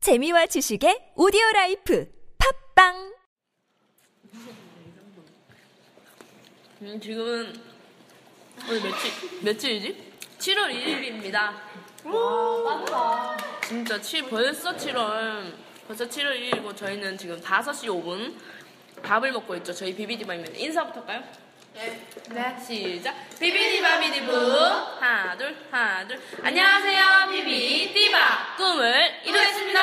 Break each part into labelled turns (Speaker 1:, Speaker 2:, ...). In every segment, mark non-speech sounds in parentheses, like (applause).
Speaker 1: 재미와 지식의 오디오 라이프 팝빵!
Speaker 2: 음, 지금은 오늘 며칠 며칠이지? 7월 1일입니다. 진짜 7 벌써 7월 벌써 7월 1일이고 저희는 지금 5시 5분 밥을 먹고 있죠. 저희 비비디밥입니다. 인사부터 할까요? 네. 시작. 비비디바비디부 하나 둘 하나 둘 안녕하세요 비비디바 꿈을 이루겠습니다.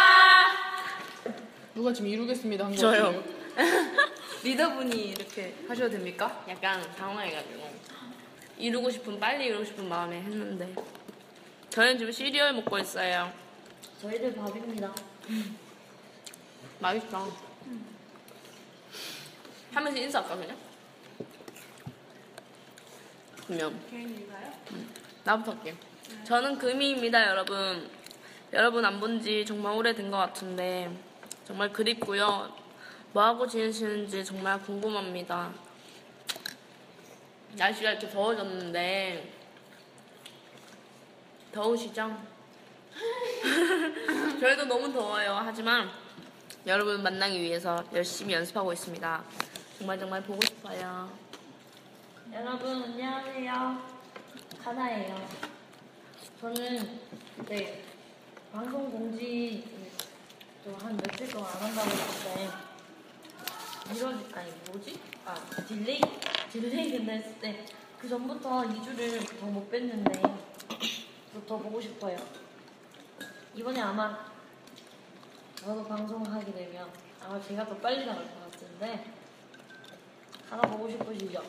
Speaker 3: 누가 지금 이루겠습니다 한거
Speaker 2: 저요.
Speaker 4: (laughs) 리더분이 이렇게 하셔도 됩니까?
Speaker 2: 약간 당황해가지고 이루고 싶은 빨리 이루고 싶은 마음에 했는데 저희는 지금 시리얼 먹고 있어요.
Speaker 5: 저희들 밥입니다.
Speaker 2: 맛있다. 하면서 인사할까 그냥? 그러면 음. 나부터 할게요. 저는 금이입니다, 여러분. 여러분 안 본 지 정말 오래된 것 같은데 정말 그립고요. 뭐 하고 지내시는지 정말 궁금합니다. 날씨가 이렇게 더워졌는데 더우시죠? (laughs) 저희도 너무 더워요. 하지만 여러분 만나기 위해서 열심히 연습하고 있습니다. 정말 정말 보고 싶어요.
Speaker 5: 여러분 안녕하세요. 가나예요. 저는 그때 방송 공지 또한 며칠 동안 안 한다고 했는데 이런 아니 뭐지? 아 딜레이 딜레이 된다 했을 때 그 전부터 2주를 더 못 뺐는데 또 더 보고 싶어요. 이번에 아마 저도 방송하게 되면 아마 제가 더 빨리 나갈 것 같은데 하나 보고 싶으시죠?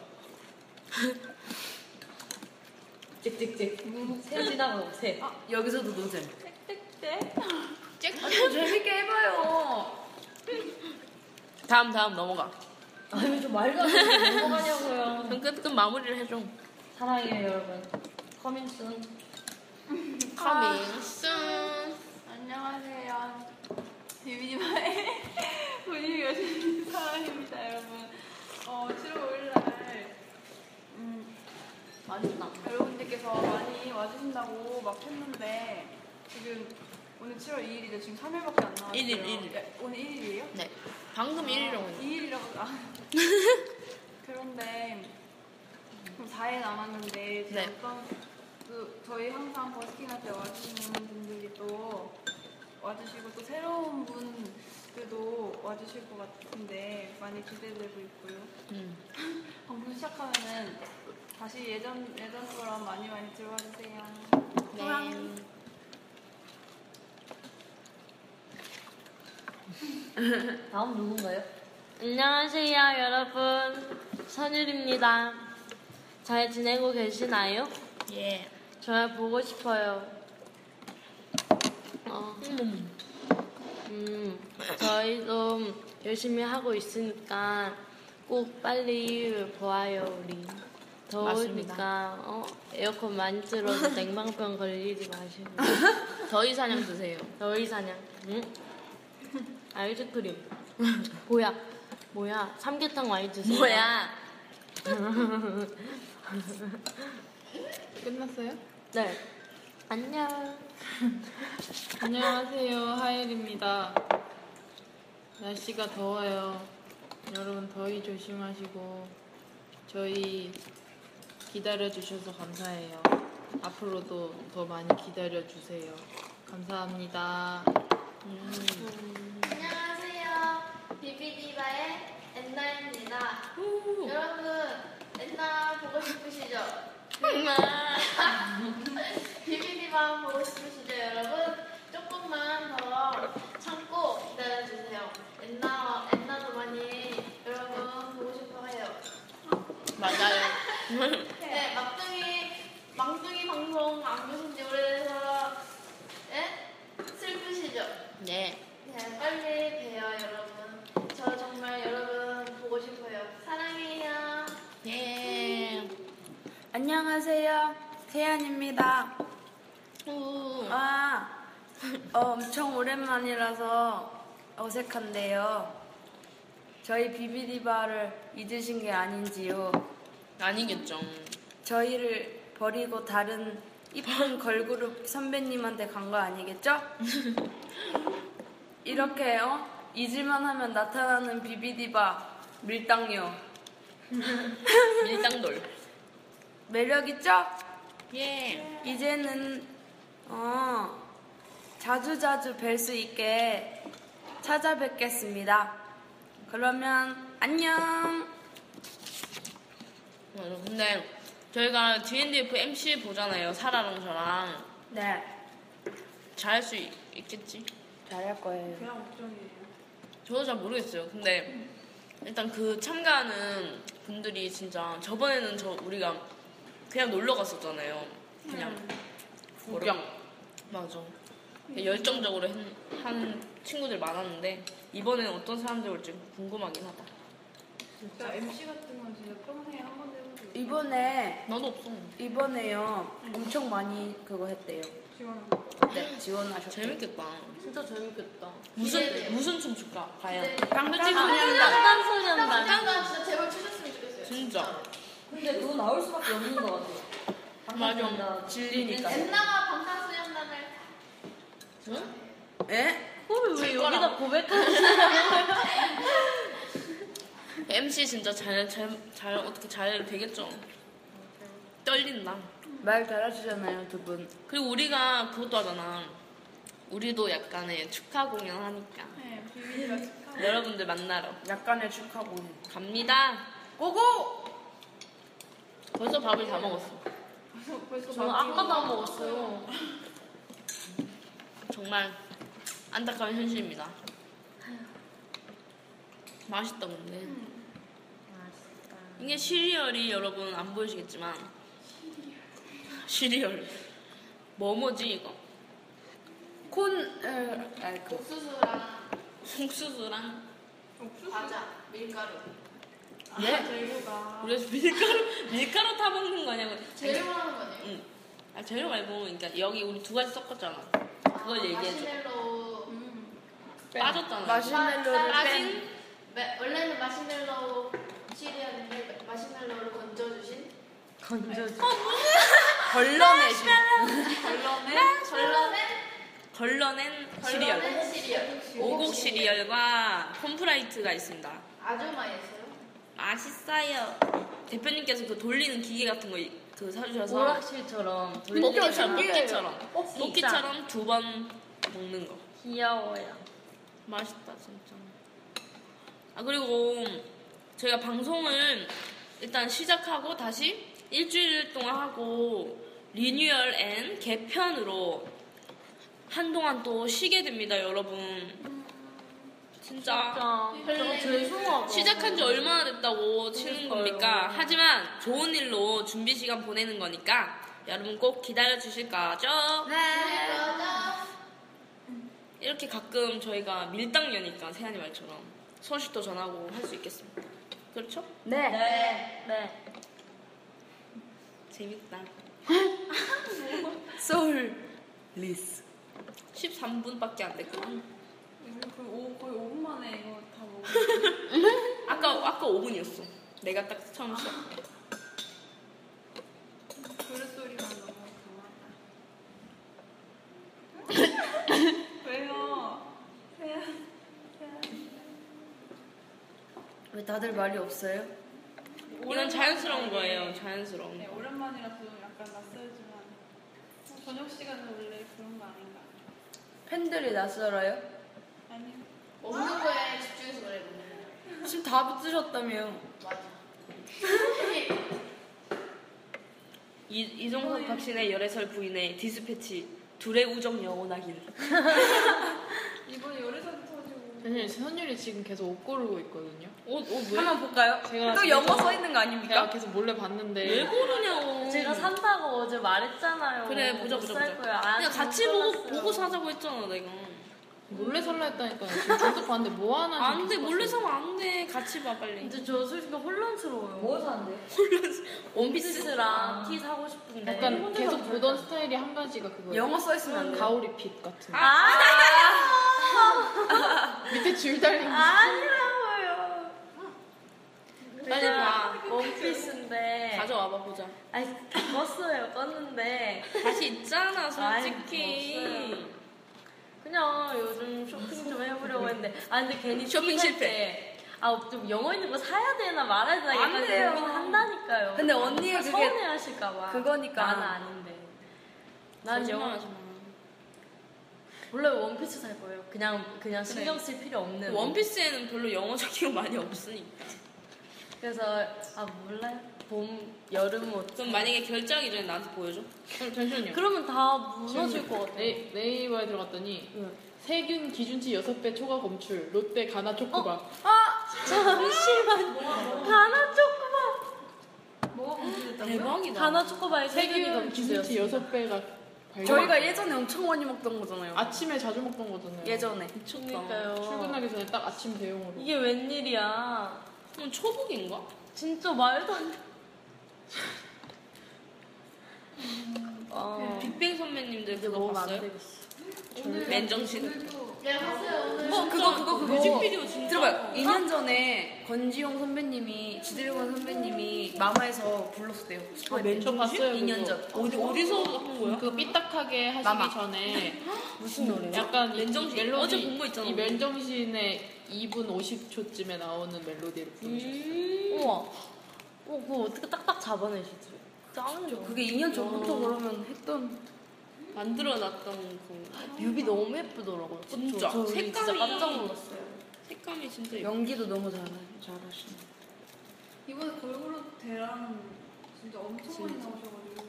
Speaker 4: 음.
Speaker 5: 찍찍찍 새 지나가고 새
Speaker 4: 여기서도 노잼.
Speaker 2: 다음 다음 넘어가.
Speaker 5: 아니 좀 말도 안 되는 거 하냐고요
Speaker 2: 그럼 끝, 끝 마무리를 해줘.
Speaker 5: 사랑해요 여러분 커밍순
Speaker 2: 커밍.
Speaker 6: 안녕하세요. 비비디바의 (laughs) 분위기 여신 사랑입니다, 여러분. 어, 7월 5일날, 음,
Speaker 2: 맛있나?
Speaker 6: 여러분들께서 많이 와주신다고 막 했는데, 지금 오늘 7월 2일이죠. 지금 3일밖에 안 나왔어요.
Speaker 2: 일일, 일일.
Speaker 6: 예, 오늘 1일이에요?
Speaker 2: 네. 방금 1위라고 했는데. (laughs)
Speaker 6: 2일이라고. 아. 그런데, 4일 남았는데, 지금
Speaker 2: 네.
Speaker 6: 어떤, 그, 저희 항상 버스킹할 때 와주시는 분들이 또 와주시고, 또 새로운 분들도 와주실 것 같은데, 많이 기대되고 있고요.
Speaker 2: 음.
Speaker 6: (laughs) 방송 시작하면은 다시 예전, 예전처럼 많이 많이 들어와주세요.
Speaker 2: 네.
Speaker 5: 다음 누군가요?
Speaker 4: 안녕하세요 여러분 선율입니다 잘 지내고 계시나요?
Speaker 2: 예.
Speaker 4: 정말 아, 보고 싶어요 어, 음, 저희도 열심히 하고 있으니까 꼭 빨리 보아요 우리 더우니까 어, 에어컨 많이 틀어서 냉방병 걸리지 마시고
Speaker 2: 더위 사냥 드세요.
Speaker 4: 너희 사냥. 응? (laughs) 아이스크림. 뭐야? 뭐야? 삼계탕 와인 드세요.
Speaker 2: 뭐야?
Speaker 3: 끝났어요?
Speaker 4: 네. 안녕.
Speaker 3: (laughs) 안녕하세요 하엘입니다 날씨가 더워요 여러분 더위 조심하시고 저희 기다려주셔서 감사해요 앞으로도 더 많이 기다려주세요 감사합니다
Speaker 6: 안녕하세요. 비비디바의 엔나입니다. 여러분, 엔나 보고 싶으시죠? (laughs) 비비디바 보고 싶으시죠, 여러분? 조금만 더 참고 기다려주세요. 엔나, 엔나도 많이 여러분 보고 싶어해요.
Speaker 2: 맞아요.
Speaker 6: 네, 막둥이, 망둥이 방송 안 보신 지 오래돼서, 예? 슬프시죠?
Speaker 2: 네.
Speaker 6: 네, 빨리 봬요, 여러분. 저 정말 여러분 보고 싶어요. 사랑해요.
Speaker 2: 예.
Speaker 7: 안녕하세요. 태연입니다.
Speaker 2: 우.
Speaker 7: 아, 어, 엄청 오랜만이라서 어색한데요. 저희 비비디바를 잊으신 게 아닌지요.
Speaker 2: 아니겠죠.
Speaker 7: 저희를 버리고 다른 이쁜 걸그룹 선배님한테 간 거 아니겠죠? 이렇게 어? 잊을만 하면 나타나는 비비디바 밀당녀
Speaker 2: 밀당돌.
Speaker 7: 매력 있죠?
Speaker 2: 예.
Speaker 7: 이제는 어 자주 자주 뵐 수 있게 찾아뵙겠습니다. 그러면 안녕.
Speaker 2: 맞아. 근데 저희가 D&DF MC 보잖아요. 사라랑 저랑.
Speaker 7: 네,
Speaker 2: 잘할 수 있- 있겠지?
Speaker 7: 잘할 거예요.
Speaker 6: 그냥 걱정이에요.
Speaker 2: 저도 잘 모르겠어요. 근데 일단 그 참가하는 분들이 진짜 저번에는 저 우리가 그냥 놀러 갔었잖아요. 그냥
Speaker 7: 음.
Speaker 2: 구경. 맞아. 열정적으로 한, 한 친구들 많았는데 이번에는 어떤 사람들 올지 궁금하긴 하다.
Speaker 6: 진짜 MC 같은 건 진짜 평생에 한 번도 해본 적이 없어요.
Speaker 7: 이번에
Speaker 2: 나도 없어.
Speaker 7: 이번에요 엄청 많이 그거 했대요.
Speaker 6: 지원
Speaker 7: 네, 지원하셨대요.
Speaker 2: 재밌겠다.
Speaker 4: 진짜 재밌겠다.
Speaker 2: 무슨 무슨 춤 출까? 과연.
Speaker 7: 빵빵 한다.
Speaker 4: 땅 소리 난다.
Speaker 2: 진짜.
Speaker 5: 근데 그거 나올 수밖에 없는 것 같아요.
Speaker 2: 맞아. 질리니까.
Speaker 7: 에?
Speaker 4: 그걸 왜 여기다 고백하는
Speaker 2: MC 진짜 잘, 잘, 잘 어떻게 잘 되겠죠? 떨린다.
Speaker 7: 말 잘하시잖아요 두 분.
Speaker 2: 그리고 우리가 그것도 하잖아. 우리도 약간의 축하 공연 하니까.
Speaker 6: 네, 비밀이라 축하.
Speaker 2: 여러분들 만나러
Speaker 7: 약간의 축하 공연.
Speaker 2: 갑니다.
Speaker 7: 고고.
Speaker 2: 벌써 밥을 다 먹었어.
Speaker 6: 벌써 벌써
Speaker 4: 저는
Speaker 6: 막히고.
Speaker 4: 아까도 안 먹었어요.
Speaker 2: 정말 안타까운 현실입니다. 맛있다 근데.
Speaker 4: 음,
Speaker 2: 이게 시리얼이 여러분 안 보이시겠지만 시리얼 뭐뭐지 이거?
Speaker 7: 콘. 에, 아이 그.
Speaker 2: 콩수수랑
Speaker 6: 아, 재료가
Speaker 2: 네? 우리 (laughs) 밀가루 밀가루 타 먹는 거냐고. 재료 하는 거네요. 응. 아 재료 말고 그러니까 여기 우리 두 가지 섞었잖아. 그걸 얘기해 줘.
Speaker 6: 음,
Speaker 2: 빠졌잖아.
Speaker 7: 마시멜로를 뺀.
Speaker 2: 빠진
Speaker 8: 원래는 마시멜로 시리였는데 마시멜로를 건져주신
Speaker 7: 걸러내신.
Speaker 8: 걸러낸
Speaker 2: 걸러낸 네. 시리얼.
Speaker 8: 걸러낸 시리얼
Speaker 2: 오곡 시리얼과 콤프라이트가 있습니다.
Speaker 8: 아주 많이 했어요.
Speaker 2: 맛있어요. 대표님께서 그 돌리는 기계 같은 거 그 사주셔서
Speaker 4: 오락실처럼 어,
Speaker 2: 도끼처럼 도끼처럼 도끼처럼 두 번 먹는 거.
Speaker 4: 귀여워요.
Speaker 2: 맛있다 진짜. 아 그리고 저희가 방송을 일단 시작하고 다시 일주일 동안 하고 리뉴얼 앤 개편으로 한동안 또 쉬게 됩니다 여러분. 진짜
Speaker 4: 진짜 저거 죄송하고
Speaker 2: 시작한 지 얼마나 됐다고 치는 겁니까? 하지만 좋은 일로 준비 시간 보내는 거니까 여러분 꼭 기다려 주실 거죠? 이렇게 가끔 저희가 밀당녀니까 세안이 말처럼 소식도 전하고 할 수 있겠습니다. 그렇죠?
Speaker 7: 네.
Speaker 4: 네. 네.
Speaker 2: 재밌다.
Speaker 7: 소울 리스.
Speaker 2: 13분밖에 안 됐고
Speaker 6: 우리 거의 음, 오 거의 5분 만에 이거 다 먹었어요.
Speaker 2: 아까 아까 5분이었어. 내가 딱 처음 시작.
Speaker 6: 그릇 소리만 (laughs) 너무 강하다. 왜요?
Speaker 7: 왜 다들 말이 없어요?
Speaker 2: 이건 자연스러운 거예요. 자연스러운.
Speaker 6: 네, 오랜만이라서 약간 낯설지만 뭐 저녁 시간은 원래 그런 거 아닌가?
Speaker 7: 팬들이 낯설어요?
Speaker 6: 아니.
Speaker 8: 먹는 거에 집중해서 그래 먹는 거.
Speaker 7: 지금 다 붙으셨다며.
Speaker 8: 맞아.
Speaker 2: 이, 이종석 박신의 열애설 부인의 디스패치 둘의 우정 영원하길
Speaker 6: 이번에 열애사도 터지고
Speaker 3: 사실 선율이 지금 계속 옷 고르고 있거든요.
Speaker 2: 어,
Speaker 7: 한번 볼까요?
Speaker 3: 제가
Speaker 7: 또
Speaker 3: 지금-
Speaker 7: 영어 써 있는 거
Speaker 3: 제가
Speaker 7: 아닙니까?
Speaker 3: 그러니까 계속 몰래 봤는데
Speaker 2: 왜 고르냐고
Speaker 4: 제가 산다고 어제 말했잖아요.
Speaker 2: 그래 보자
Speaker 4: 못
Speaker 2: 보자
Speaker 4: 살
Speaker 2: 보자
Speaker 4: 거야. 아,
Speaker 2: 그냥
Speaker 4: 진짜
Speaker 2: 같이 보고,
Speaker 4: 몰랐어요.
Speaker 2: 보고 사자고 했잖아 내가
Speaker 3: 몰래 살라 했다니까요. 지금 저도 봤는데 뭐 하나 지금
Speaker 2: 안돼 아,
Speaker 3: 계속
Speaker 2: 몰래
Speaker 3: 봤어요.
Speaker 2: 사면 안돼 같이 봐 빨리
Speaker 4: 근데 저 솔직히 혼란스러워요.
Speaker 5: 뭐 사는데?
Speaker 4: 원피스랑 티 사고 싶은데.
Speaker 5: 네,
Speaker 3: 약간
Speaker 4: 혼자
Speaker 3: 계속
Speaker 4: 사고
Speaker 3: 보던 스타일이 한 가지가 그거예요.
Speaker 7: 영어 써 있으면 안 돼요.
Speaker 3: 가오리 핏 같은 거.
Speaker 4: 아
Speaker 3: (laughs) 밑에 줄 달린 거.
Speaker 5: 아!
Speaker 4: 아니라고요.
Speaker 2: 빨리 봐
Speaker 4: 원피스인데.
Speaker 2: 가져와봐 보자
Speaker 4: 아니 그, 껐어요 껐는데
Speaker 2: 다시 있잖아
Speaker 4: 아이,
Speaker 2: 솔직히
Speaker 4: 그냥 요즘 쇼핑 좀 해보고
Speaker 5: 모르는데. 아, 근데 괜히
Speaker 2: (laughs) 쇼핑
Speaker 5: 튀갈
Speaker 2: 실패.
Speaker 5: 때, 아, 좀 영어 있는 거 사야 되나 말아야 되나
Speaker 2: 안
Speaker 5: 약간
Speaker 2: 돼요.
Speaker 5: 고민한다니까요.
Speaker 7: 근데 언니가 그게-
Speaker 5: 서운해 하실까봐.
Speaker 7: 그거니까.
Speaker 5: 나는 아닌데. 난 영어.
Speaker 2: 거짓말하지 마.
Speaker 5: 원래 원피스 살 거예요. 그냥, 그냥 신경 쓸 필요 없는.
Speaker 2: 네. 원피스에는 별로 영어적인 거 많이 없으니까.
Speaker 5: 그래서, 아, 몰라요. 봄, 여름 옷.
Speaker 2: 그럼 만약에 결제하기 전에 나한테 보여줘. 잠시만요.
Speaker 5: 그러면 다 무너질 것 같아.
Speaker 3: 어, 네, 네이버에 들어갔더니 세균 기준치 6배 초과 검출 롯데 가나 초코바
Speaker 5: 어? 아!
Speaker 2: 아!
Speaker 5: 잠시만. 가나 초코바.
Speaker 2: 대박이다.
Speaker 5: 가나 초코바의 세균이
Speaker 3: 세균 기준치
Speaker 5: 검출되었어요.
Speaker 3: 6배가 발견
Speaker 7: 저희가 예전에 엄청 많이 먹던 거잖아요.
Speaker 3: 아침에 자주 먹던 거잖아요
Speaker 7: 예전에.
Speaker 2: 미쳤다.
Speaker 5: 그러니까요.
Speaker 3: 출근하기 전에 딱 아침 대용으로
Speaker 5: 이게 웬일이야.
Speaker 2: 그럼 초복인가?
Speaker 5: 진짜 말도 안 돼. 어,
Speaker 2: 빅뱅 선배님들 그거
Speaker 5: 먹으면 안
Speaker 2: 봤어요?
Speaker 5: 되겠어.
Speaker 2: 맨정신.
Speaker 8: 네, 봤어요. 오늘
Speaker 2: 뭐?
Speaker 7: 어, 그거, 그거, 그거.
Speaker 2: 뮤직비디오 진짜.
Speaker 7: 들어봐요. 2년 전에 권지용 선배님이, 지드래곤 선배님이 마마에서 불렀대요.
Speaker 2: 아,
Speaker 3: 저 봤어요
Speaker 7: 2년
Speaker 3: 그거.
Speaker 7: 전.
Speaker 2: 어디, 어디서 한 거야?
Speaker 3: 그 삐딱하게 하시기
Speaker 7: 마마.
Speaker 3: (gasps) 전에
Speaker 7: 무슨 노래요?
Speaker 3: 약간
Speaker 2: 맨정신.
Speaker 3: 이 멜로디
Speaker 2: 어제 본거 있잖아,
Speaker 3: 이
Speaker 2: 우리.
Speaker 3: 맨정신의 2분 50초쯤에 나오는 멜로디를 부르셨어요
Speaker 5: 우와. 어, 그거 어떻게 딱딱 잡아내시지? 짱이죠.
Speaker 7: 그게 2년 전부터 그러면 했던.
Speaker 2: 만들어놨던 그
Speaker 5: 뮤비 너무 예쁘더라고요. 그쵸?
Speaker 2: 진짜.
Speaker 5: 저 우리 진짜
Speaker 2: 색감이-
Speaker 5: 깜짝 놀랐어요.
Speaker 2: 색감이 진짜 예뻐.
Speaker 7: 연기도 너무 잘, 잘하시네.
Speaker 6: 이번에 걸그룹 대랑 진짜 엄청 많이 나오셔가지고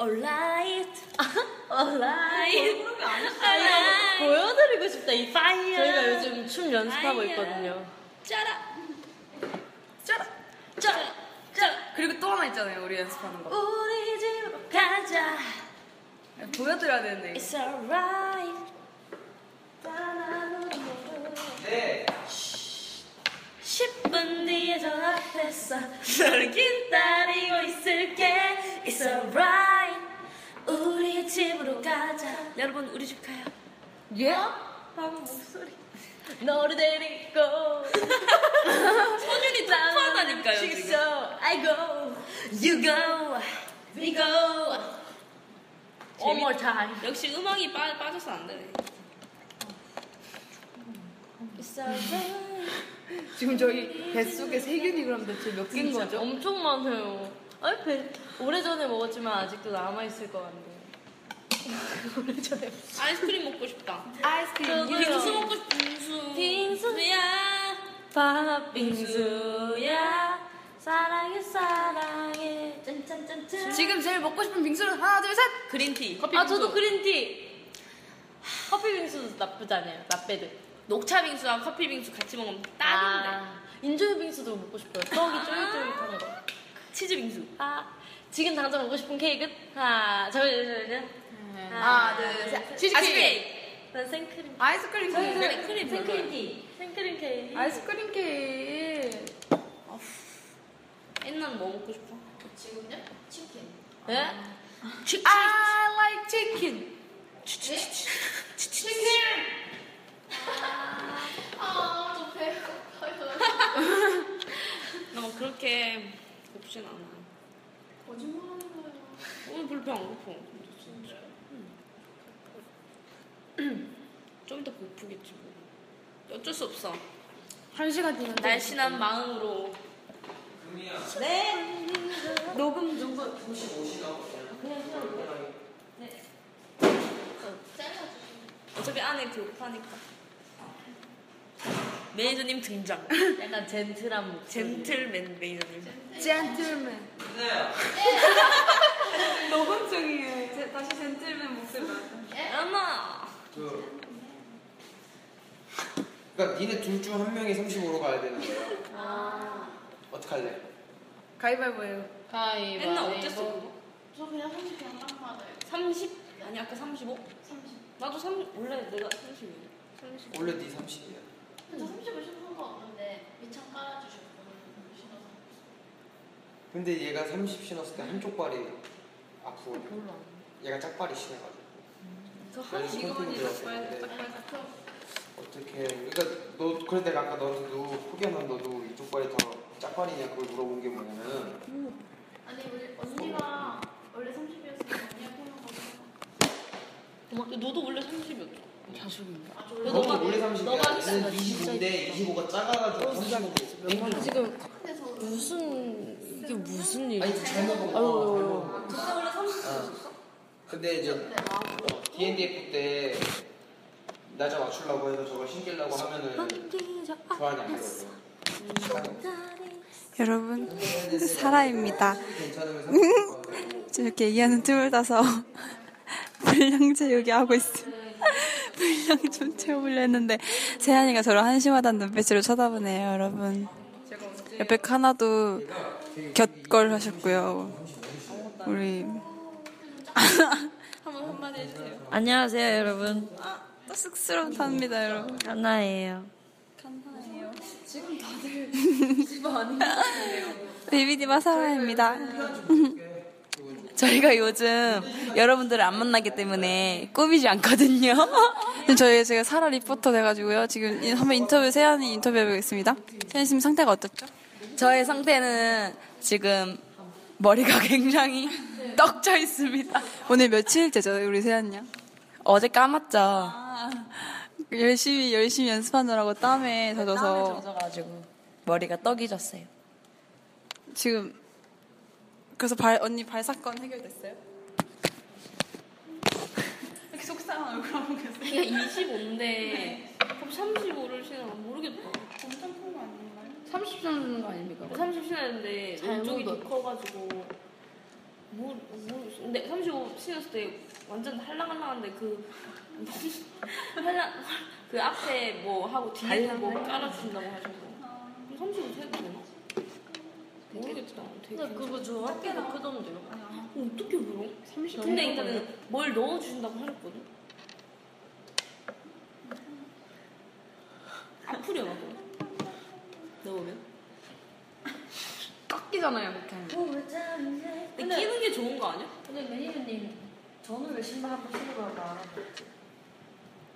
Speaker 1: Alright,
Speaker 5: 아, 얼라이.
Speaker 6: 그룹이 아니시
Speaker 5: 보여드리고 싶다, 이 파이어. 저희가 요즘 춤 연습하고
Speaker 2: 파이어.
Speaker 5: 있거든요.
Speaker 2: 짜라.
Speaker 7: 짜라!
Speaker 2: 짜라. 짜라.
Speaker 7: 그리고 또 하나 있잖아요, 우리 연습하는 거.
Speaker 1: 우리 집으로 가자.
Speaker 7: 보여드려야 되는데. 이거.
Speaker 1: It's alright.
Speaker 9: 네.
Speaker 1: 10분 뒤에 전화했어. 너를 기다리고 있을게. It's alright. 우리 집으로 가자.
Speaker 2: 여러분 우리 집 가요.
Speaker 7: 예?
Speaker 1: 아,
Speaker 5: 너를 데리고.
Speaker 2: 선율이 특화하다니까요 지금.
Speaker 5: So I go.
Speaker 1: You go. We go.
Speaker 5: One more time.
Speaker 2: 역시 음악이 빠, 빠져서 안 되네.
Speaker 1: It's alright.
Speaker 7: 지금 저희 뱃속에 세균이 그럼 대체 몇 개인 거죠?
Speaker 5: 엄청 많아요. 아니, 배, 오래전에 먹었지만 아직도 남아있을 것 같네요.
Speaker 2: 아이스크림 먹고 싶다.
Speaker 7: 아이스크림.
Speaker 2: 빙수 먹고 싶 빙수.
Speaker 5: 빙수야, 밥빙수야, 사랑해, 사랑해. 짠짠짠짠.
Speaker 7: 지금 제일 먹고 싶은 빙수는 하나, 둘, 셋!
Speaker 2: 그린티.
Speaker 5: 아, 저도 그린티. 커피빙수도 나쁘지 않아요. 나빼드.
Speaker 2: 녹차 빙수랑 커피 빙수 같이 먹으면 딱인데.
Speaker 5: 아. 인조유 빙수도 먹고 싶어요. 떡이 쫄깃쫄깃한 거.
Speaker 2: 치즈 빙수.
Speaker 5: 아, 지금 당장 먹고 싶은 케이크는? 하나, 저, 저, 저, 저. 네.
Speaker 7: 하나, 둘, 셋.
Speaker 2: 아시베이.
Speaker 5: 아,
Speaker 2: 음,
Speaker 5: 난 생크림.
Speaker 7: 아이스크림 케이크.
Speaker 2: 생크림.
Speaker 5: 생크림티. 생크림 케이크.
Speaker 7: 아이스크림 케이크.
Speaker 2: 옛날 뭐 먹고 싶어?
Speaker 8: 지금요? 치킨.
Speaker 5: 예?
Speaker 2: 치킨.
Speaker 7: I like chicken.
Speaker 8: 치킨! 아, 저 배고파요. (laughs)
Speaker 2: 나막 그렇게 곱진 않아.
Speaker 8: 거짓말하는 거예요.
Speaker 2: 오늘 별로 배안 고파. 진짜. 응. (clears throat) 좀 이따 고프겠지 뭐. 어쩔 수 없어.
Speaker 7: 한 시간 뒤면
Speaker 2: 날씬한 마음으로.
Speaker 9: 금이야.
Speaker 7: 녹음 중.
Speaker 9: 35시나? 그냥
Speaker 2: 어차피 안에 배고파니까. 매니저님 등장.
Speaker 5: (laughs) 약간 젠틀한 목소리.
Speaker 2: 젠틀맨 매니저님.
Speaker 7: 젠틀맨.
Speaker 5: 네.
Speaker 6: (laughs)
Speaker 9: 끝나요.
Speaker 6: 녹음 중이에요 이제 다시 젠틀맨 목소리 나왔다
Speaker 2: 예? 아마.
Speaker 9: 그. 그러니까 니네 둘 중 한 명이 35로 가야 되는 거야.
Speaker 2: 아.
Speaker 9: 어떡할래?
Speaker 3: 음.
Speaker 7: 가위바위보예요.
Speaker 3: 가위바위보
Speaker 2: 맨날 어땠어 그거?
Speaker 8: 저 그냥 30개 안 받아요.
Speaker 2: 30? 아니 아까 35?
Speaker 8: 30.
Speaker 2: 나도 30 원래 내가 30이야.
Speaker 9: 원래 니 30이야.
Speaker 8: 저 30을 신은 거 없는데 밑창 깔아주셨고 신어서.
Speaker 9: 근데 얘가 30 신었을 때 한쪽 발이 앞으로. 얘가 짝발이 신어가지고. 그래서 손등이 들어갔는데
Speaker 8: 아니, 그
Speaker 9: 어떻게? 그러니까 너 그래 내가 아까 너한테도 포기하면 너도 이쪽 발이 더 짝발이냐 그걸 물어본 게 뭐냐면은
Speaker 8: 아니 우리
Speaker 2: 어,
Speaker 8: 언니가 원래 30이었으니까 언니가 표현 거고
Speaker 2: 너도 원래 30이었잖아.
Speaker 8: 아
Speaker 9: 너도 원래 30이야.
Speaker 2: 너가
Speaker 9: 나는 어, 25인데 25가 작아가지고 35로
Speaker 2: 지금 무슨 이게 무슨 일이야?
Speaker 9: 아니 그 잘못 본 거.
Speaker 2: 아유.
Speaker 9: 저도 원래 30. 근데 이제 어, D&DF 때 날짜 맞추려고 해서 저걸 신기려고 하면은 교환이 안 되거든요. 음.
Speaker 6: 여러분, 사라입니다.
Speaker 9: 괜찮으면 30.
Speaker 6: 이렇게 이하는 드물다서 물량 채우기 하고 있어요. (laughs) 물량 좀 채우려 했는데 세안이가 저를 한심하다는 눈빛으로 쳐다보네요, 여러분. 옆에 하나도 곁걸 하셨고요. 우리
Speaker 5: 안녕하세요, 여러분.
Speaker 6: 쑥스럽답니다, 여러분.
Speaker 5: 가나예요.
Speaker 6: 비비디바 사라입니다.
Speaker 10: 저희가 요즘 여러분들을 안 만나기 때문에 꾸미지 않거든요.
Speaker 6: (laughs) 저희 제가 사라 리포터 돼가지고요. 지금 이- 한번 인터뷰 세안이 인터뷰해보겠습니다. 세안이 지금 상태가 어떻죠?
Speaker 10: 저의 상태는 지금 머리가 (laughs) 굉장히 떡져 있습니다.
Speaker 6: 오늘 며칠째죠, 우리 세안이요?
Speaker 10: 어제 까맣죠.
Speaker 6: 아, 열심히 열심히 연습하느라고 땀에 젖어서
Speaker 10: 젖어가지고 머리가 떡이 졌어요.
Speaker 6: 지금 그래서 발 언니 발 사건 해결됐어요? (laughs) 이렇게 속상한 얼굴 하고 계세요?
Speaker 2: 이게
Speaker 5: 네.
Speaker 2: 25인데 그럼 35를 신어 모르겠다.
Speaker 11: 엄청 큰거 아닌가요?
Speaker 3: 30점 주는 거 아닙니까?
Speaker 2: 30 신었는데 왼쪽이 더 커가지고 뭐, 뭐, 근데 35 신었을 때 완전 할랑할랑한데 그 (laughs) 할랑 그 앞에 뭐 하고 뒤에 뭐 깔아준다고 하셔서 35 세도 되나? 모르겠다. 되게
Speaker 5: 근데 그거 저 학교도 크던데요.
Speaker 2: 어떻게 물어? 30 근데 일단은 뭘 넣어주신다고 하셨거든? 아프려나 봐. 넣으면?
Speaker 3: 깎이잖아요, 그렇게 하면.
Speaker 2: 근데, 끼는 게 좋은 거 아니야?
Speaker 5: 어, 근데 매니저님, 저는 왜 신발 한번 신어봐도 알아요?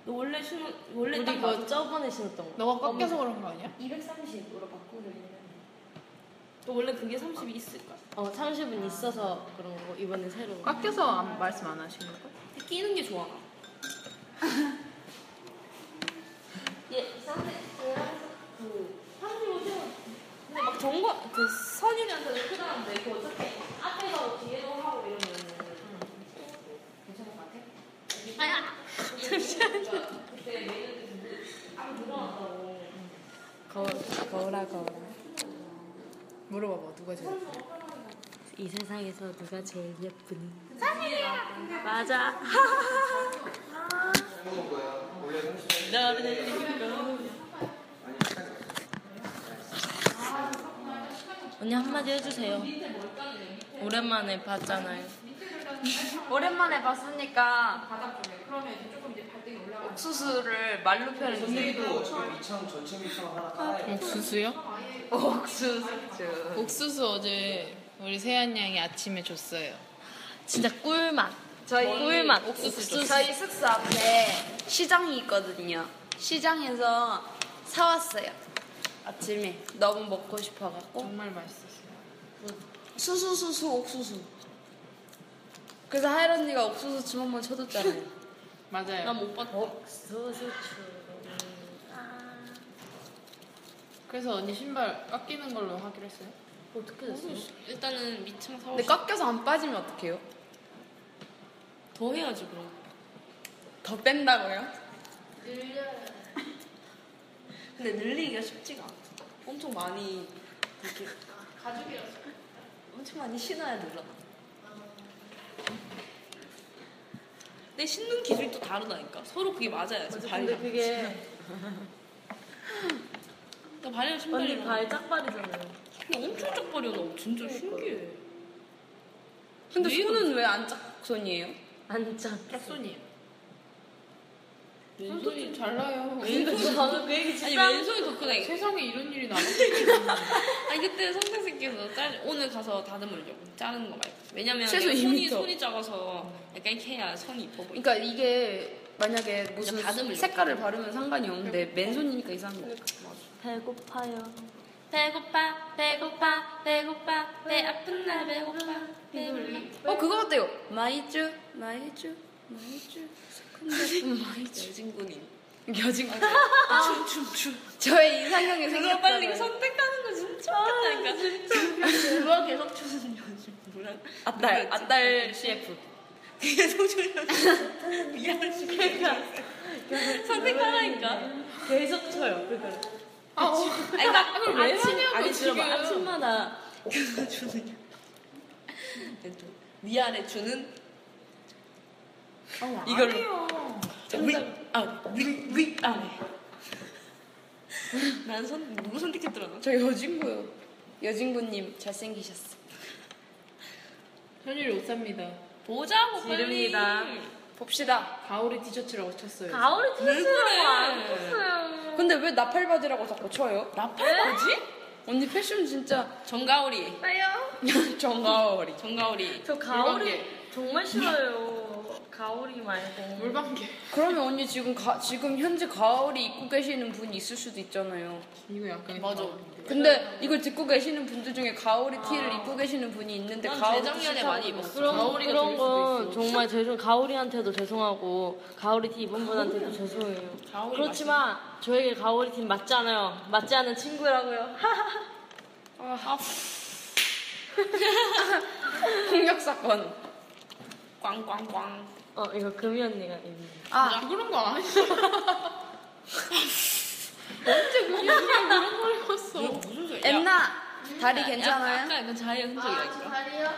Speaker 2: 너 원래 신어, 원래 딱
Speaker 5: 우리
Speaker 2: 맞아.
Speaker 5: 그 저번에 신었던 거.
Speaker 3: 너가 깎여서 그런 거 아니야?
Speaker 5: 230으로 바꾸려 했는데.
Speaker 2: 너 원래 그게 30이 있을 거야.
Speaker 5: 어, 30은 있어서 그런 거고, 이번에 새로.
Speaker 3: 깎여서 안- 말씀 안 하신 걸까?
Speaker 2: 근데 끼는 게 좋아. (laughs) 예, 상대, 그, 35세. 근데 막 정거, 그, 선율이한테도 크다는데, 그 어차피 앞에도 하고 뒤에도 하고 이러면은. 괜찮을 것 같아? 아야! 잠시만. 그때 메이드 안 들어왔다고.
Speaker 5: 거울, 거울아, 거울아.
Speaker 3: 물어봐봐, 누가 제일.
Speaker 5: 이 세상에서 누가 제일 예쁘니? 사실이야! 맞아.
Speaker 9: 해먹은 거야. 원래 30.
Speaker 5: 언니 한마디 해주세요. 오랜만에 봤잖아요.
Speaker 12: 오랜만에 봤으니까 옥수수를 말로 표현해 주세요.
Speaker 9: 선생님도 지금 미청 전체 미청 하나 깔아야 돼.
Speaker 3: 옥수수요?
Speaker 12: 옥수수.
Speaker 3: 옥수수 어제 우리 세안 양이 아침에 줬어요.
Speaker 5: 진짜 꿀맛.
Speaker 12: 저희
Speaker 5: 꿀맛.
Speaker 12: 옥수수. 저희 숙소 앞에 시장이 있거든요. 시장에서 사왔어요. 아침에 너무 먹고 싶어갖고
Speaker 3: 정말 맛있었어요.
Speaker 12: 수수수수 옥수수. 그래서 하일 언니가 옥수수 주먹만 쳐줬잖아요.
Speaker 3: 네. 맞아요.
Speaker 2: 난못 봤다.
Speaker 3: 어? 그래서 언니 신발 깎이는 걸로 하기로 했어요.
Speaker 5: 어떻게 됐어요?
Speaker 2: 일단은 미창 사고
Speaker 3: 근데 깎여서 안 빠지면 어떡해요?
Speaker 2: 더 해야지 그럼.
Speaker 3: 더 뺀다고요?
Speaker 2: (laughs) 근데 늘리기가 쉽지가 않아. 아, 엄청 많이 이렇게
Speaker 8: 가죽이라서.
Speaker 2: 엄청 많이 신어야 늘어. 근데 신는 기술이 또 다르다니까. 서로 그게 맞아야지.
Speaker 5: 근데
Speaker 2: 발이랑.
Speaker 5: 그게
Speaker 2: 나 그러니까 발이랑
Speaker 5: 언니
Speaker 2: 신발이랑.
Speaker 5: 발 짝발이잖아요.
Speaker 2: 근데 엄청 짝발이야. 나 진짜 신기해.
Speaker 12: 근데 손은 왜 안 짝손이에요?
Speaker 5: 안 짝.
Speaker 2: 짝손이에요.
Speaker 7: 네,
Speaker 3: 손톱 잘라요.
Speaker 5: 저는 그 얘기
Speaker 2: 아니
Speaker 5: 진짜
Speaker 2: 왼손이 더 크다. 이거.
Speaker 3: 세상에 이런 일이 나는
Speaker 7: (laughs)
Speaker 2: 아니 그때 선생님께서 짤 오늘 가서 다듬으려고 자르는 거 말고. 왜냐면
Speaker 12: 최소
Speaker 2: 이게 손이
Speaker 12: 2m.
Speaker 2: 손이 작아서 약간 이렇게 해야 손이 이뻐 보이.
Speaker 12: 그러니까 이게 만약에 무슨
Speaker 2: 그냥 다듬으려고.
Speaker 12: 색깔을 바르면 상관이 없는데 맨손이니까 이상한 거.
Speaker 5: 배고파요.
Speaker 2: 배고파 배고파 배고파 배 아픈 날 배고파 배불러.
Speaker 12: 어 그거 어때요? 마이쮸 마이쮸 마이쮸
Speaker 4: 음,
Speaker 2: 여진군인.
Speaker 7: 여진
Speaker 4: 아, 네.
Speaker 7: 춤춤춤 저의 이상형이 아, 생겼다
Speaker 4: 빨리 선택하는 거 진짜 웃겼다니까 진짜
Speaker 2: 누가 계속 추는 연습 뭐라
Speaker 4: 앞달 앞달 CF 계속 추는 미안 그러니까 선택하라니까 계속 쳐요 그러니까 아, 그러니까
Speaker 2: 왜
Speaker 4: 아침
Speaker 2: 하냐고,
Speaker 4: 아니 들어봐
Speaker 2: 지금.
Speaker 4: 아침마다 그거 주는
Speaker 2: 위아래 추는
Speaker 4: 이걸로.
Speaker 2: 위아위 네. 아래 (laughs) 난선 누구 선택했더라 너?
Speaker 7: 저 여진구요 여진구님 잘생기셨어
Speaker 3: 현일 옷 삽니다.
Speaker 2: 보자고 빨리
Speaker 7: 지릅니다. 봅시다
Speaker 3: 가오리 티셔츠를 어쳤어요.
Speaker 4: 가오리 티셔츠라고 안 줬어요
Speaker 7: 근데 왜 나팔바지라고 자꾸 쳐요?
Speaker 2: 나팔바지?
Speaker 7: 언니 패션 진짜
Speaker 2: 정가오리
Speaker 4: 아요
Speaker 7: (laughs) 정가오리
Speaker 2: 정가오리
Speaker 4: 저 가오리 정말 싫어요 가오리 말고
Speaker 3: 물방개.
Speaker 7: 그러면 언니 지금 가, 지금 현재 가을이 입고 계시는 분이 있을 수도 있잖아요.
Speaker 3: 이거 아. 약간
Speaker 2: 맞아.
Speaker 7: 근데 이걸 듣고 계시는 분들 중에 가을이 티를 입고 계시는 분이 있는데
Speaker 2: 난
Speaker 7: 가을이
Speaker 2: 재작년에
Speaker 7: 싫다고
Speaker 2: 많이
Speaker 7: 그러고.
Speaker 2: 입었어.
Speaker 5: 그런,
Speaker 2: 가오리가
Speaker 5: 그런
Speaker 2: 들릴 수도
Speaker 5: 건 정말 죄송, 가오리한테도 죄송하고, 가오리 팀 입은 분한테도 죄송해요.
Speaker 2: 가오리
Speaker 5: 그렇지만, 저에게 가오리 팀 맞지 않아요. 맞지 않은 친구라고요. (laughs)
Speaker 7: 폭력 사건.
Speaker 2: 꽝꽝꽝
Speaker 5: 어, 이거 금이 언니가 입는.
Speaker 3: 아 그런 거 아니야. (laughs) 언제 그게 누가 그런 걸 입었어?
Speaker 2: 무슨 소리야
Speaker 7: 엠나 다리 괜찮아요?
Speaker 2: 약간 이건 자의
Speaker 8: 아, 저
Speaker 2: 흔적이야
Speaker 8: 다리요?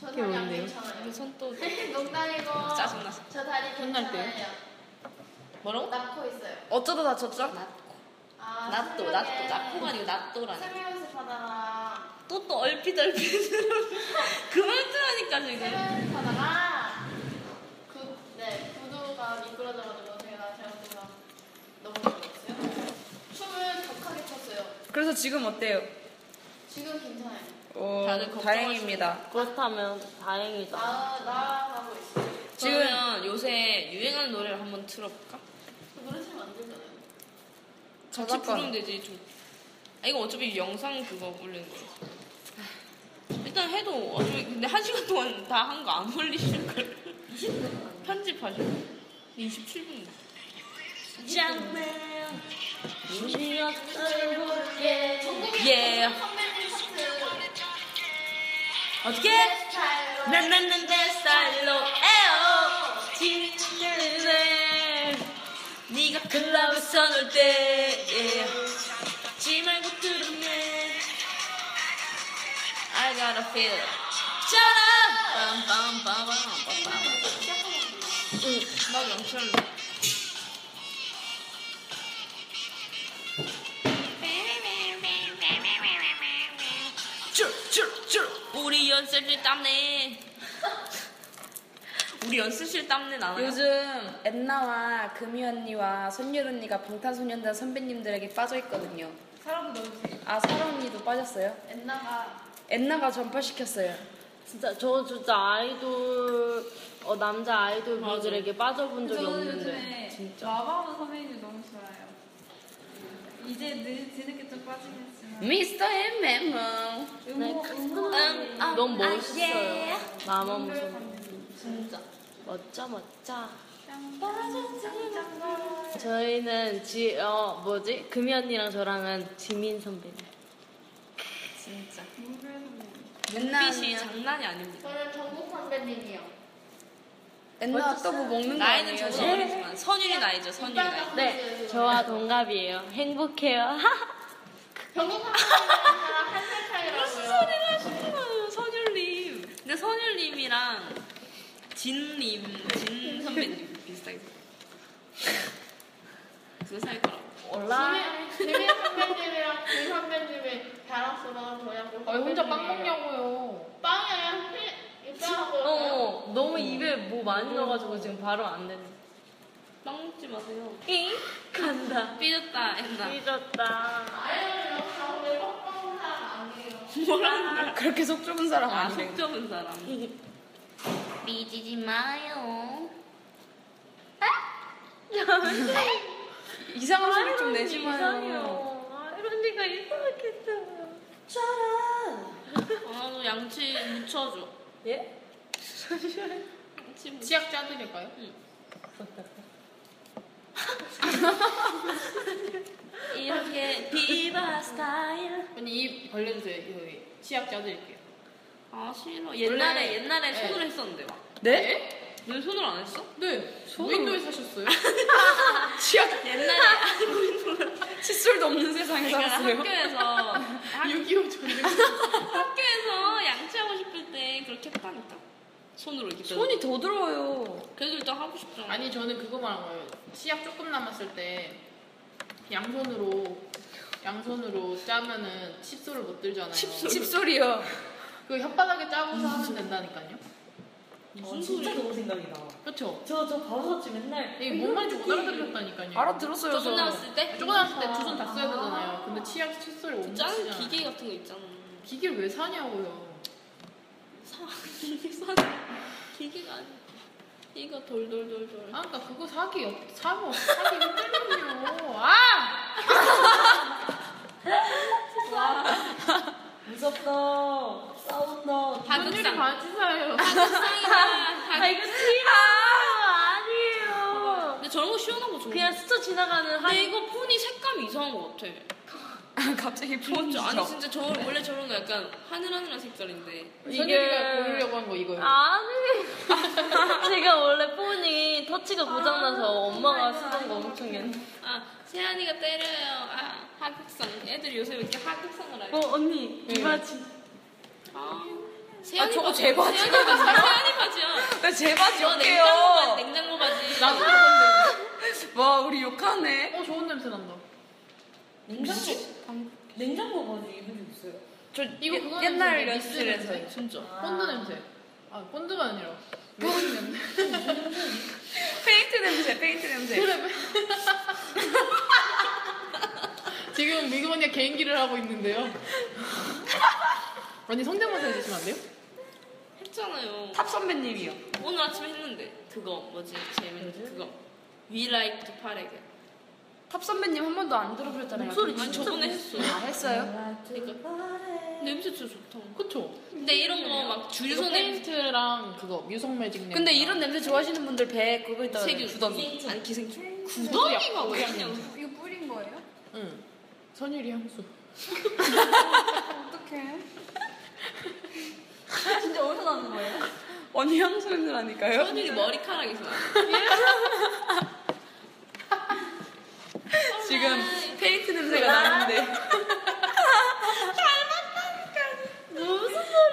Speaker 8: 저 다리 안 괜찮아요.
Speaker 2: 손또
Speaker 8: (laughs) 농담이고.
Speaker 2: 짜증났어.
Speaker 8: 저 다리
Speaker 3: 혼날 때.
Speaker 8: 괜찮아요.
Speaker 2: 뭐라고?
Speaker 8: 낳고 있어요.
Speaker 7: 어쩌다 다쳤죠?
Speaker 8: 아,
Speaker 2: 낫또 낫또 낫또가 아니고 낫또라니
Speaker 8: 세미 연습하다가
Speaker 2: 또 또 얼핏 얼핏 (laughs) 그만 뜨라니까
Speaker 8: 세미
Speaker 2: 지금
Speaker 8: 연습하다가 구, 네 구두가 미끄러져가지고 제가 잘못해서 넘어졌어요. 춤을 격하게 췄어요.
Speaker 7: 그래서 지금 어때요?
Speaker 8: 지금 괜찮아요.
Speaker 7: 어,
Speaker 2: 다들 걱정하시죠.
Speaker 7: 다행입니다.
Speaker 5: 그렇다면, 다행이다.
Speaker 8: 나 나가고 있어요.
Speaker 2: 그러면 요새 유행하는 노래를 한번 틀어볼까?
Speaker 8: 저 노래 잘 만들잖아요.
Speaker 2: 같이 부르면 되지 좀. 아, 이거 어차피 영상 그거 올리는 거야. 일단 해도 어차피 근데 한 시간 동안 다 한 거 안 올리실 걸. 편집하실 거. 27분.
Speaker 8: 예. 전국의
Speaker 2: 예.
Speaker 8: 선배님 파트.
Speaker 2: 어떻게?
Speaker 8: 스타일로.
Speaker 2: 난난난 내 스타일로 에어 진짜래 네가 클럽에서 놀때 yeah. 지 말고 들었네 I gotta feel it Shut up 빰빰빰빰빰빰 응 나도 양치하는 쭈쭈쭈 우리 연습실 땀내 우리 연습실 땀내 나나요?
Speaker 7: 요즘 엠나와 금희 언니와 선율 언니가 방탄소년단 선배님들에게 빠져 있거든요.
Speaker 4: 사람도 너무
Speaker 7: 아 사라 언니도 빠졌어요?
Speaker 8: 엔나가
Speaker 7: 엠나가 전파시켰어요.
Speaker 5: 진짜 저 진짜 아이돌 어, 남자 아이돌 분들에게 빠져본 적이
Speaker 6: 저는
Speaker 5: 없는데
Speaker 6: 요즘에 마방은 선배님들 너무 좋아요. 이제 늦, 뒤늦게 좀 빠지긴 했지만
Speaker 7: 미스터 엠메모
Speaker 6: 응원, 응원
Speaker 2: 음,
Speaker 5: 너무 멋있어요. 마마무
Speaker 6: 선배
Speaker 5: 선
Speaker 6: 선배님.
Speaker 5: 멋져 멋져.
Speaker 6: 짱짱짱짱.
Speaker 5: 저희는 지 어 뭐지 금이 언니랑 저랑은 지민 선배님.
Speaker 2: 진짜
Speaker 6: 문별 선배님.
Speaker 7: 엠나
Speaker 2: 빛이 장난이 아닙니다
Speaker 8: 저는 전국 선배님이요.
Speaker 7: 엠나 또 뭐 먹는 거
Speaker 2: 나이는
Speaker 7: 아니에요? 네.
Speaker 2: 저보다 어리지만 선율이 나이죠 선율이 나이
Speaker 5: 네 저와 동갑이에요. 행복해요.
Speaker 8: 전국 선배님이랑 한살 차이라고요.
Speaker 2: 하시나요, 선율님? 근데 선율님이랑 진님, 진 선배님 비슷하게 두 살 거라고.
Speaker 8: 지민 선배님이랑 그 선배님의 밸런스가 저야
Speaker 3: 아 혼자 빵 먹냐고요.
Speaker 8: 빵이랑 입장하고
Speaker 5: 어 너무 입에 뭐 많이 넣어가지고 지금 바로 안 되네.
Speaker 2: 빵 먹지 마세요.
Speaker 5: 잉 간다.
Speaker 2: 삐졌다, 했나?
Speaker 5: 삐졌다.
Speaker 8: 아이언이랑 가운데 뻑뻑 온 사람 아니에요.
Speaker 2: 뭐라는 거야?
Speaker 7: 그렇게 속 좁은 사람
Speaker 2: 아,
Speaker 7: 아니에요?
Speaker 2: 속 좁은
Speaker 7: (laughs)
Speaker 2: 사람. 삐지지 마요.
Speaker 7: 이상한 소리 좀 내지 마요.
Speaker 5: 아이러니가 이상했어.
Speaker 2: 어, 나도 양치 묻혀줘.
Speaker 5: 예?
Speaker 2: 양치 묻혀줘.
Speaker 3: 치약 짜드릴까요?
Speaker 7: (laughs)
Speaker 2: 이렇게 비바 스타일.
Speaker 3: 언니 입 벌려주세요. 이거 치약 짜드릴게요.
Speaker 2: 아
Speaker 7: 뭐
Speaker 2: 싫어. 옛날에
Speaker 3: 원래-
Speaker 2: 옛날에
Speaker 3: 네.
Speaker 2: 손으로 했었는데 막.
Speaker 7: (laughs)
Speaker 3: 네?
Speaker 2: 너 손으로 안 했어?
Speaker 3: 네.
Speaker 2: (laughs)
Speaker 3: 무인도에 사셨어요?
Speaker 2: 치약. 옛날에
Speaker 7: 칫솔도 없는 세상에
Speaker 2: 그러니까
Speaker 7: 살았어요. (laughs)
Speaker 2: 학교에서
Speaker 3: 6.25 전쟁.
Speaker 2: 학교에서 양치하고 싶을 때 그렇게 했다니까. 손으로 이렇게.
Speaker 7: 손이 더 들어요.
Speaker 2: 그래도 일단 하고 싶잖아.
Speaker 3: 아니 저는 그거 말한 거예요. 치약 조금 남았을 때 양손으로 양손으로 짜면은 칫솔을 못 들잖아요.
Speaker 7: 칫솔이요.
Speaker 3: 그 혓바닥에 짜고서 하면 된다니까요.
Speaker 5: 무슨 어, 진짜 좋은 생각이다.
Speaker 3: 그렇죠.
Speaker 5: 저 저 바보같이 맨날
Speaker 3: 이게 뭔 말인지 못 알아들으셨다니까요. 네,
Speaker 7: 알아들었어요.
Speaker 2: 조금 남았을 때?
Speaker 3: 조금 남았을 때 두 손 다 써야 되잖아요. 근데 치약 칫솔을 못
Speaker 2: 짠
Speaker 3: 쓰잖아요.
Speaker 2: 기계 같은 거 있잖아.
Speaker 3: 기계를 왜 사냐고요.
Speaker 2: 사 기계 사자. 기계가 아니. 이거 돌돌돌돌.
Speaker 3: 아, 그러니까 그거 사기 없- 사고 사기 힘들거든요. 아!
Speaker 5: 무섭다 싸운다
Speaker 3: 단율이
Speaker 2: 하극상.
Speaker 3: 반지사예요.
Speaker 2: 하극상이다.
Speaker 5: 아 이거 싫어 아니에요
Speaker 2: 근데 저런 거 시원한 거 좋아.
Speaker 5: 그냥 스쳐 지나가는 한
Speaker 2: 근데 이거 폰이 색감이 이상한 것 같아.
Speaker 7: 갑자기
Speaker 2: 맞죠? 아니
Speaker 7: 풀리죠.
Speaker 2: 진짜 저 원래 저런 거 약간 하늘하늘한 색깔인데.
Speaker 3: 선율이가 고르려고 한 거 이거예요.
Speaker 5: 아니 (laughs) 제가 원래 폰이 터치가 고장나서 엄마가 쓰던 거 엄청 옛날
Speaker 2: 아 세안이가 때려요. 아 하극상. 애들이 요새 왜 이렇게 하극상을 하지?
Speaker 5: 어 언니 이 바지
Speaker 2: 아 세안이
Speaker 7: 저거
Speaker 2: 바지야.
Speaker 7: 제 바지야.
Speaker 2: 세안이 바지. 세안이 바지야.
Speaker 7: 제 바지
Speaker 2: 저
Speaker 7: 올게요.
Speaker 2: 냉장고 바지. 냉장고 바지.
Speaker 3: 나도 그런데.
Speaker 5: 아,
Speaker 7: 와 우리 욕하네.
Speaker 3: 어, 좋은 냄새 난다.
Speaker 5: 냉장고 냉장고 바지 입은 적 있어요?
Speaker 3: 저 이거 그거
Speaker 7: 옛날
Speaker 3: 냄새인데, 미스
Speaker 7: 연습실에서
Speaker 3: 냄새?
Speaker 2: 진짜.
Speaker 3: 본드 냄새. 아, 본드가 아니라. 로즈 냄새. (laughs)
Speaker 7: 페인트 냄새, 페인트 냄새.
Speaker 3: 어, (laughs) 그래. 지금 미국 언니가 개인기를 하고 있는데요. 언니 성대모사 해주시면 안 돼요?
Speaker 2: 했잖아요.
Speaker 7: 탑 선배님이요.
Speaker 2: 오늘 아침에 했는데 그거 뭐지 재밌는 그거 We Like to Party.
Speaker 7: 탑 선배님 한 번도 안 들어보셨잖아요.
Speaker 2: 목소리 아니 저번에 했어. 그러니까
Speaker 7: 아 했어요?
Speaker 2: 냄새 진짜 좋다.
Speaker 3: 그쵸?
Speaker 2: 근데 이런 거 막
Speaker 3: 이거
Speaker 2: 줄서는
Speaker 3: 페인트랑 그거 유성 매직 냄새.
Speaker 7: 근데 이런 냄새 좋아하시는 분들 배에 그거 있다.
Speaker 2: 세균
Speaker 7: 구더미.
Speaker 2: 아니 기생충 어? 구더기가 왜 있냐고.
Speaker 6: 이거 뿌린 거예요?
Speaker 3: 응. 선율이 향수.
Speaker 6: 어떡해. (laughs)
Speaker 5: 진짜 어디서 나는 거예요?
Speaker 7: 언니 향수 냄새라니까요.
Speaker 2: 선율이 머리카락이 있어.
Speaker 7: (laughs) 지금 페인트 냄새가 나는데.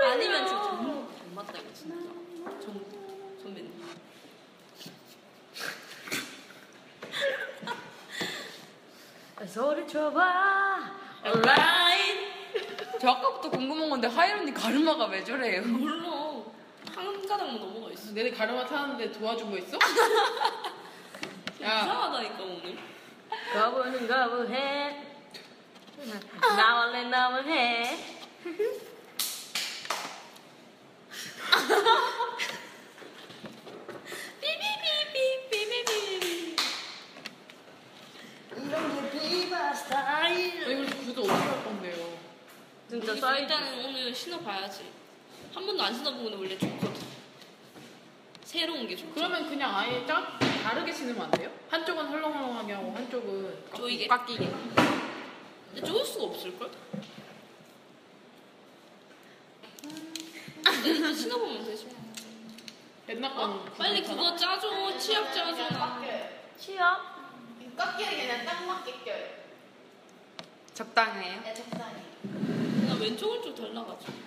Speaker 2: 아니면 진짜 정말 못 맞다 이거 진짜. 정 선배님.
Speaker 5: 소리 쳐봐
Speaker 2: Alright.
Speaker 7: 저 아까부터 궁금한 건데 하이 언니 가르마가 왜 저래요?
Speaker 2: 몰라. 한 가닥만 넘어가 있어.
Speaker 3: 내내 가르마 타는데 도와주고 있어? 야,
Speaker 2: 이상하다니까 오늘.
Speaker 5: 거부는 거부해 나 원래 너무 해
Speaker 2: 삐삐삐삐삐삐삐.
Speaker 3: 이걸 구두 어떻게 할 건데요?
Speaker 5: 진짜
Speaker 2: 모르겠어.
Speaker 5: 사이즈
Speaker 2: 일단은 오늘 신어봐야지. 한 번도 안 신어보고는 원래 좋거든. 새로운 게 좋죠.
Speaker 3: 그러면 그냥 아예 딱 다르게 신으면 안 돼요? 한쪽은 헐렁헐렁하게 하고 한쪽은
Speaker 2: 조이게.
Speaker 7: 깎이게.
Speaker 2: 근데 좋을 수가 없을걸? 아, 이제 신어보면 되지. 뭐.
Speaker 3: 옛날 건
Speaker 2: 아, 빨리
Speaker 3: 괜찮아?
Speaker 2: 그거 짜줘. 치약 짜줘. 나.
Speaker 5: 치약
Speaker 8: 깎기는 그냥 딱 맞게 껴요.
Speaker 7: 적당해요.
Speaker 8: 네, 적당히.
Speaker 2: 나 왼쪽을 좀 달라가지고.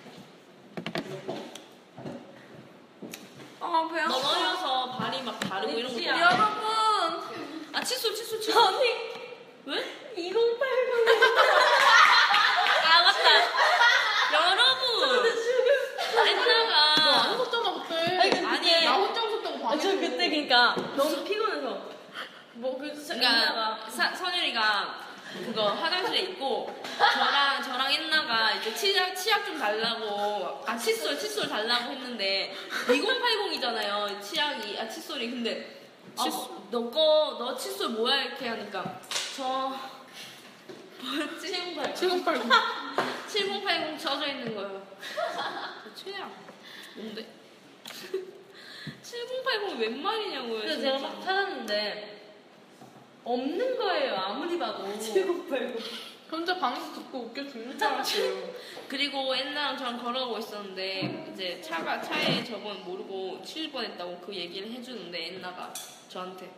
Speaker 2: 어,
Speaker 7: 아 배야.
Speaker 2: 넘어져서 네, 발이 막 다르고 이런 거.
Speaker 7: 여러분.
Speaker 2: 아, 칫솔, 칫솔, 칫솔. 언니. 왜?
Speaker 5: 2080
Speaker 2: 아, 맞다. 여러분.
Speaker 3: 안
Speaker 2: 엔나가.
Speaker 3: 웃었잖아 그때.
Speaker 2: 아니.
Speaker 3: 나 혼자 웃었다고 방에.
Speaker 5: 저 그때 그니까 너무 피곤해서
Speaker 3: 뭐그 진짜
Speaker 2: 그러니까 사- 선율이가 그거 화장실에 있고 저랑 저랑 인나가 이제 치약 치약 좀 달라고 아 칫솔 칫솔 달라고 했는데 2080이잖아요 치약이 아 칫솔이 근데 아, 너거너 칫솔 뭐야 이렇게 하니까 저 뭐였지 7080
Speaker 3: 지금 빨고.
Speaker 2: 7080 쳐져 있는 거예요 저 최악 뭔데 7080웬 말이냐고요
Speaker 5: 그래서 제가
Speaker 2: 진짜.
Speaker 5: 막 찾았는데
Speaker 4: 없는 거예요 아무리 봐도.
Speaker 3: 혼자 방에서 듣고 웃겨 죽는 줄 알았어요.
Speaker 2: 그리고 옛날랑 저랑 걸어가고 있었는데 이제 차가 차에 저건 모르고 치일 뻔했다고 그 얘기를 해주는데 옛나가 저한테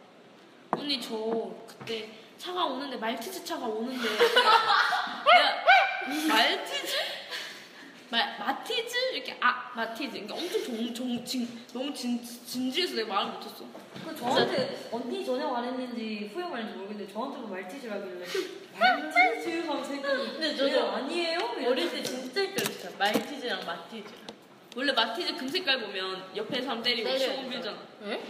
Speaker 2: 언니 저 그때 차가 오는데 말티즈 차가 오는데 내가 말티즈? 마, 마티즈? 이렇게 아 마티즈 그러니까 엄청 종, 종, 진, 너무 진, 진지해서 내가 말을 못했어
Speaker 5: 그 저한테 언니 전혀 말했는지 후에 말했는지 모르겠는데 저한테도 (laughs) 말티즈라길래 말티즈 하고 생각했는데
Speaker 4: 근데 저도
Speaker 5: 아니에요?
Speaker 4: 어릴 때 진짜 헷갈렸어요. 말티즈랑 마티즈.
Speaker 2: 원래 마티즈 금색깔 보면 옆에 사람 때리고
Speaker 4: 때려요.
Speaker 2: 시공 빌잖아
Speaker 3: 에?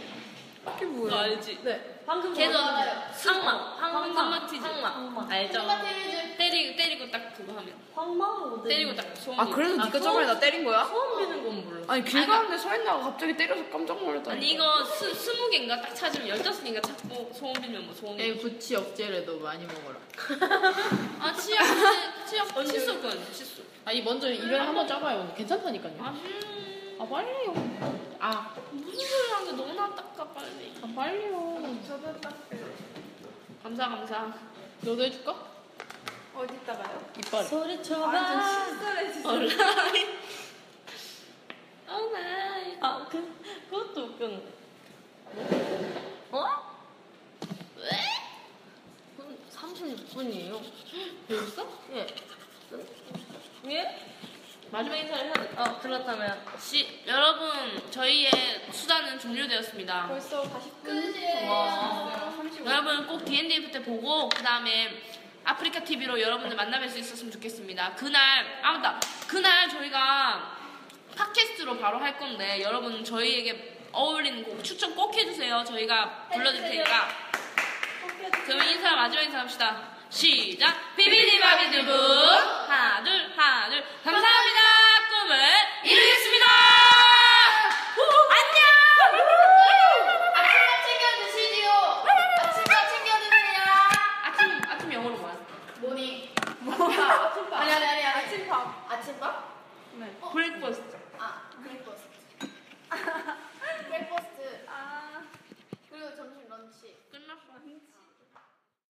Speaker 2: 그게 뭐야 너 알지?
Speaker 7: 네.
Speaker 5: 방금
Speaker 2: 걔도
Speaker 5: 전에
Speaker 2: 항마, 항마,
Speaker 5: 황마.
Speaker 2: 마티즈.
Speaker 5: 황마. 황마.
Speaker 2: 알죠?
Speaker 8: 황마 때리지.
Speaker 2: 때리, 때리고 딱 그거 하면.
Speaker 5: 황망으로
Speaker 2: 때리고 딱 소음.
Speaker 7: 아 그래서 네가 저번에 나 때린 거야?
Speaker 4: 처음 비는 건 몰라.
Speaker 7: 아니 길 가는데 서 있다가 갑자기 때려서 깜짝 놀랐다.
Speaker 2: 아니, 이거 스, 스무 개인가 딱 찾으면 열다섯 개인가 찾고 소음 빌면 뭐 소음.
Speaker 3: 에 구치 네, 억제래도 많이 먹어라.
Speaker 2: 아, 치약, 치약, 치약, 어, 칫솔 거야, 칫솔.
Speaker 3: 아니 먼저 일을 한번 짜봐요. 괜찮다니까요.
Speaker 2: 아, 음.
Speaker 3: 아 빨리요. 아,
Speaker 2: 무슨 소리 하는 거 너무나 닦아, 빨리.
Speaker 3: 아 빨리요.
Speaker 6: 저도 딱
Speaker 2: 감사, 감사.
Speaker 3: 너도 해줄까?
Speaker 6: 어디 있다가요?
Speaker 3: 이빨.
Speaker 5: 소리쳐봐
Speaker 6: 완전 아, 실수해지죠.
Speaker 2: 어, 얼라이. 어, 얼라이.
Speaker 4: 아, 그, 그것도 웃겼네. 어?
Speaker 2: 왜?
Speaker 4: 36분이에요.
Speaker 2: 벌써?
Speaker 4: 예. 예?
Speaker 2: 마지막 인사를 해야 돼. 어,
Speaker 4: 아, 그렇다면.
Speaker 2: 시, 여러분, 저희의 수단은 종료되었습니다.
Speaker 6: 벌써 40분
Speaker 2: 여러분 꼭 D&D 때 보고 그 다음에 아프리카 TV로 여러분들 만나뵐 수 있었으면 좋겠습니다. 그날 아 맞다 그날 저희가 팟캐스트로 바로 할 건데 여러분 저희에게 어울리는 곡 추천 꼭 해주세요. 저희가 불러줄 테니까. 그럼 인사 마지막 인사 합시다. 시작. 비비디 바비드부 하나 둘 하나 둘 감사합니다.
Speaker 8: 아, 네. 어. 아, (laughs) 아.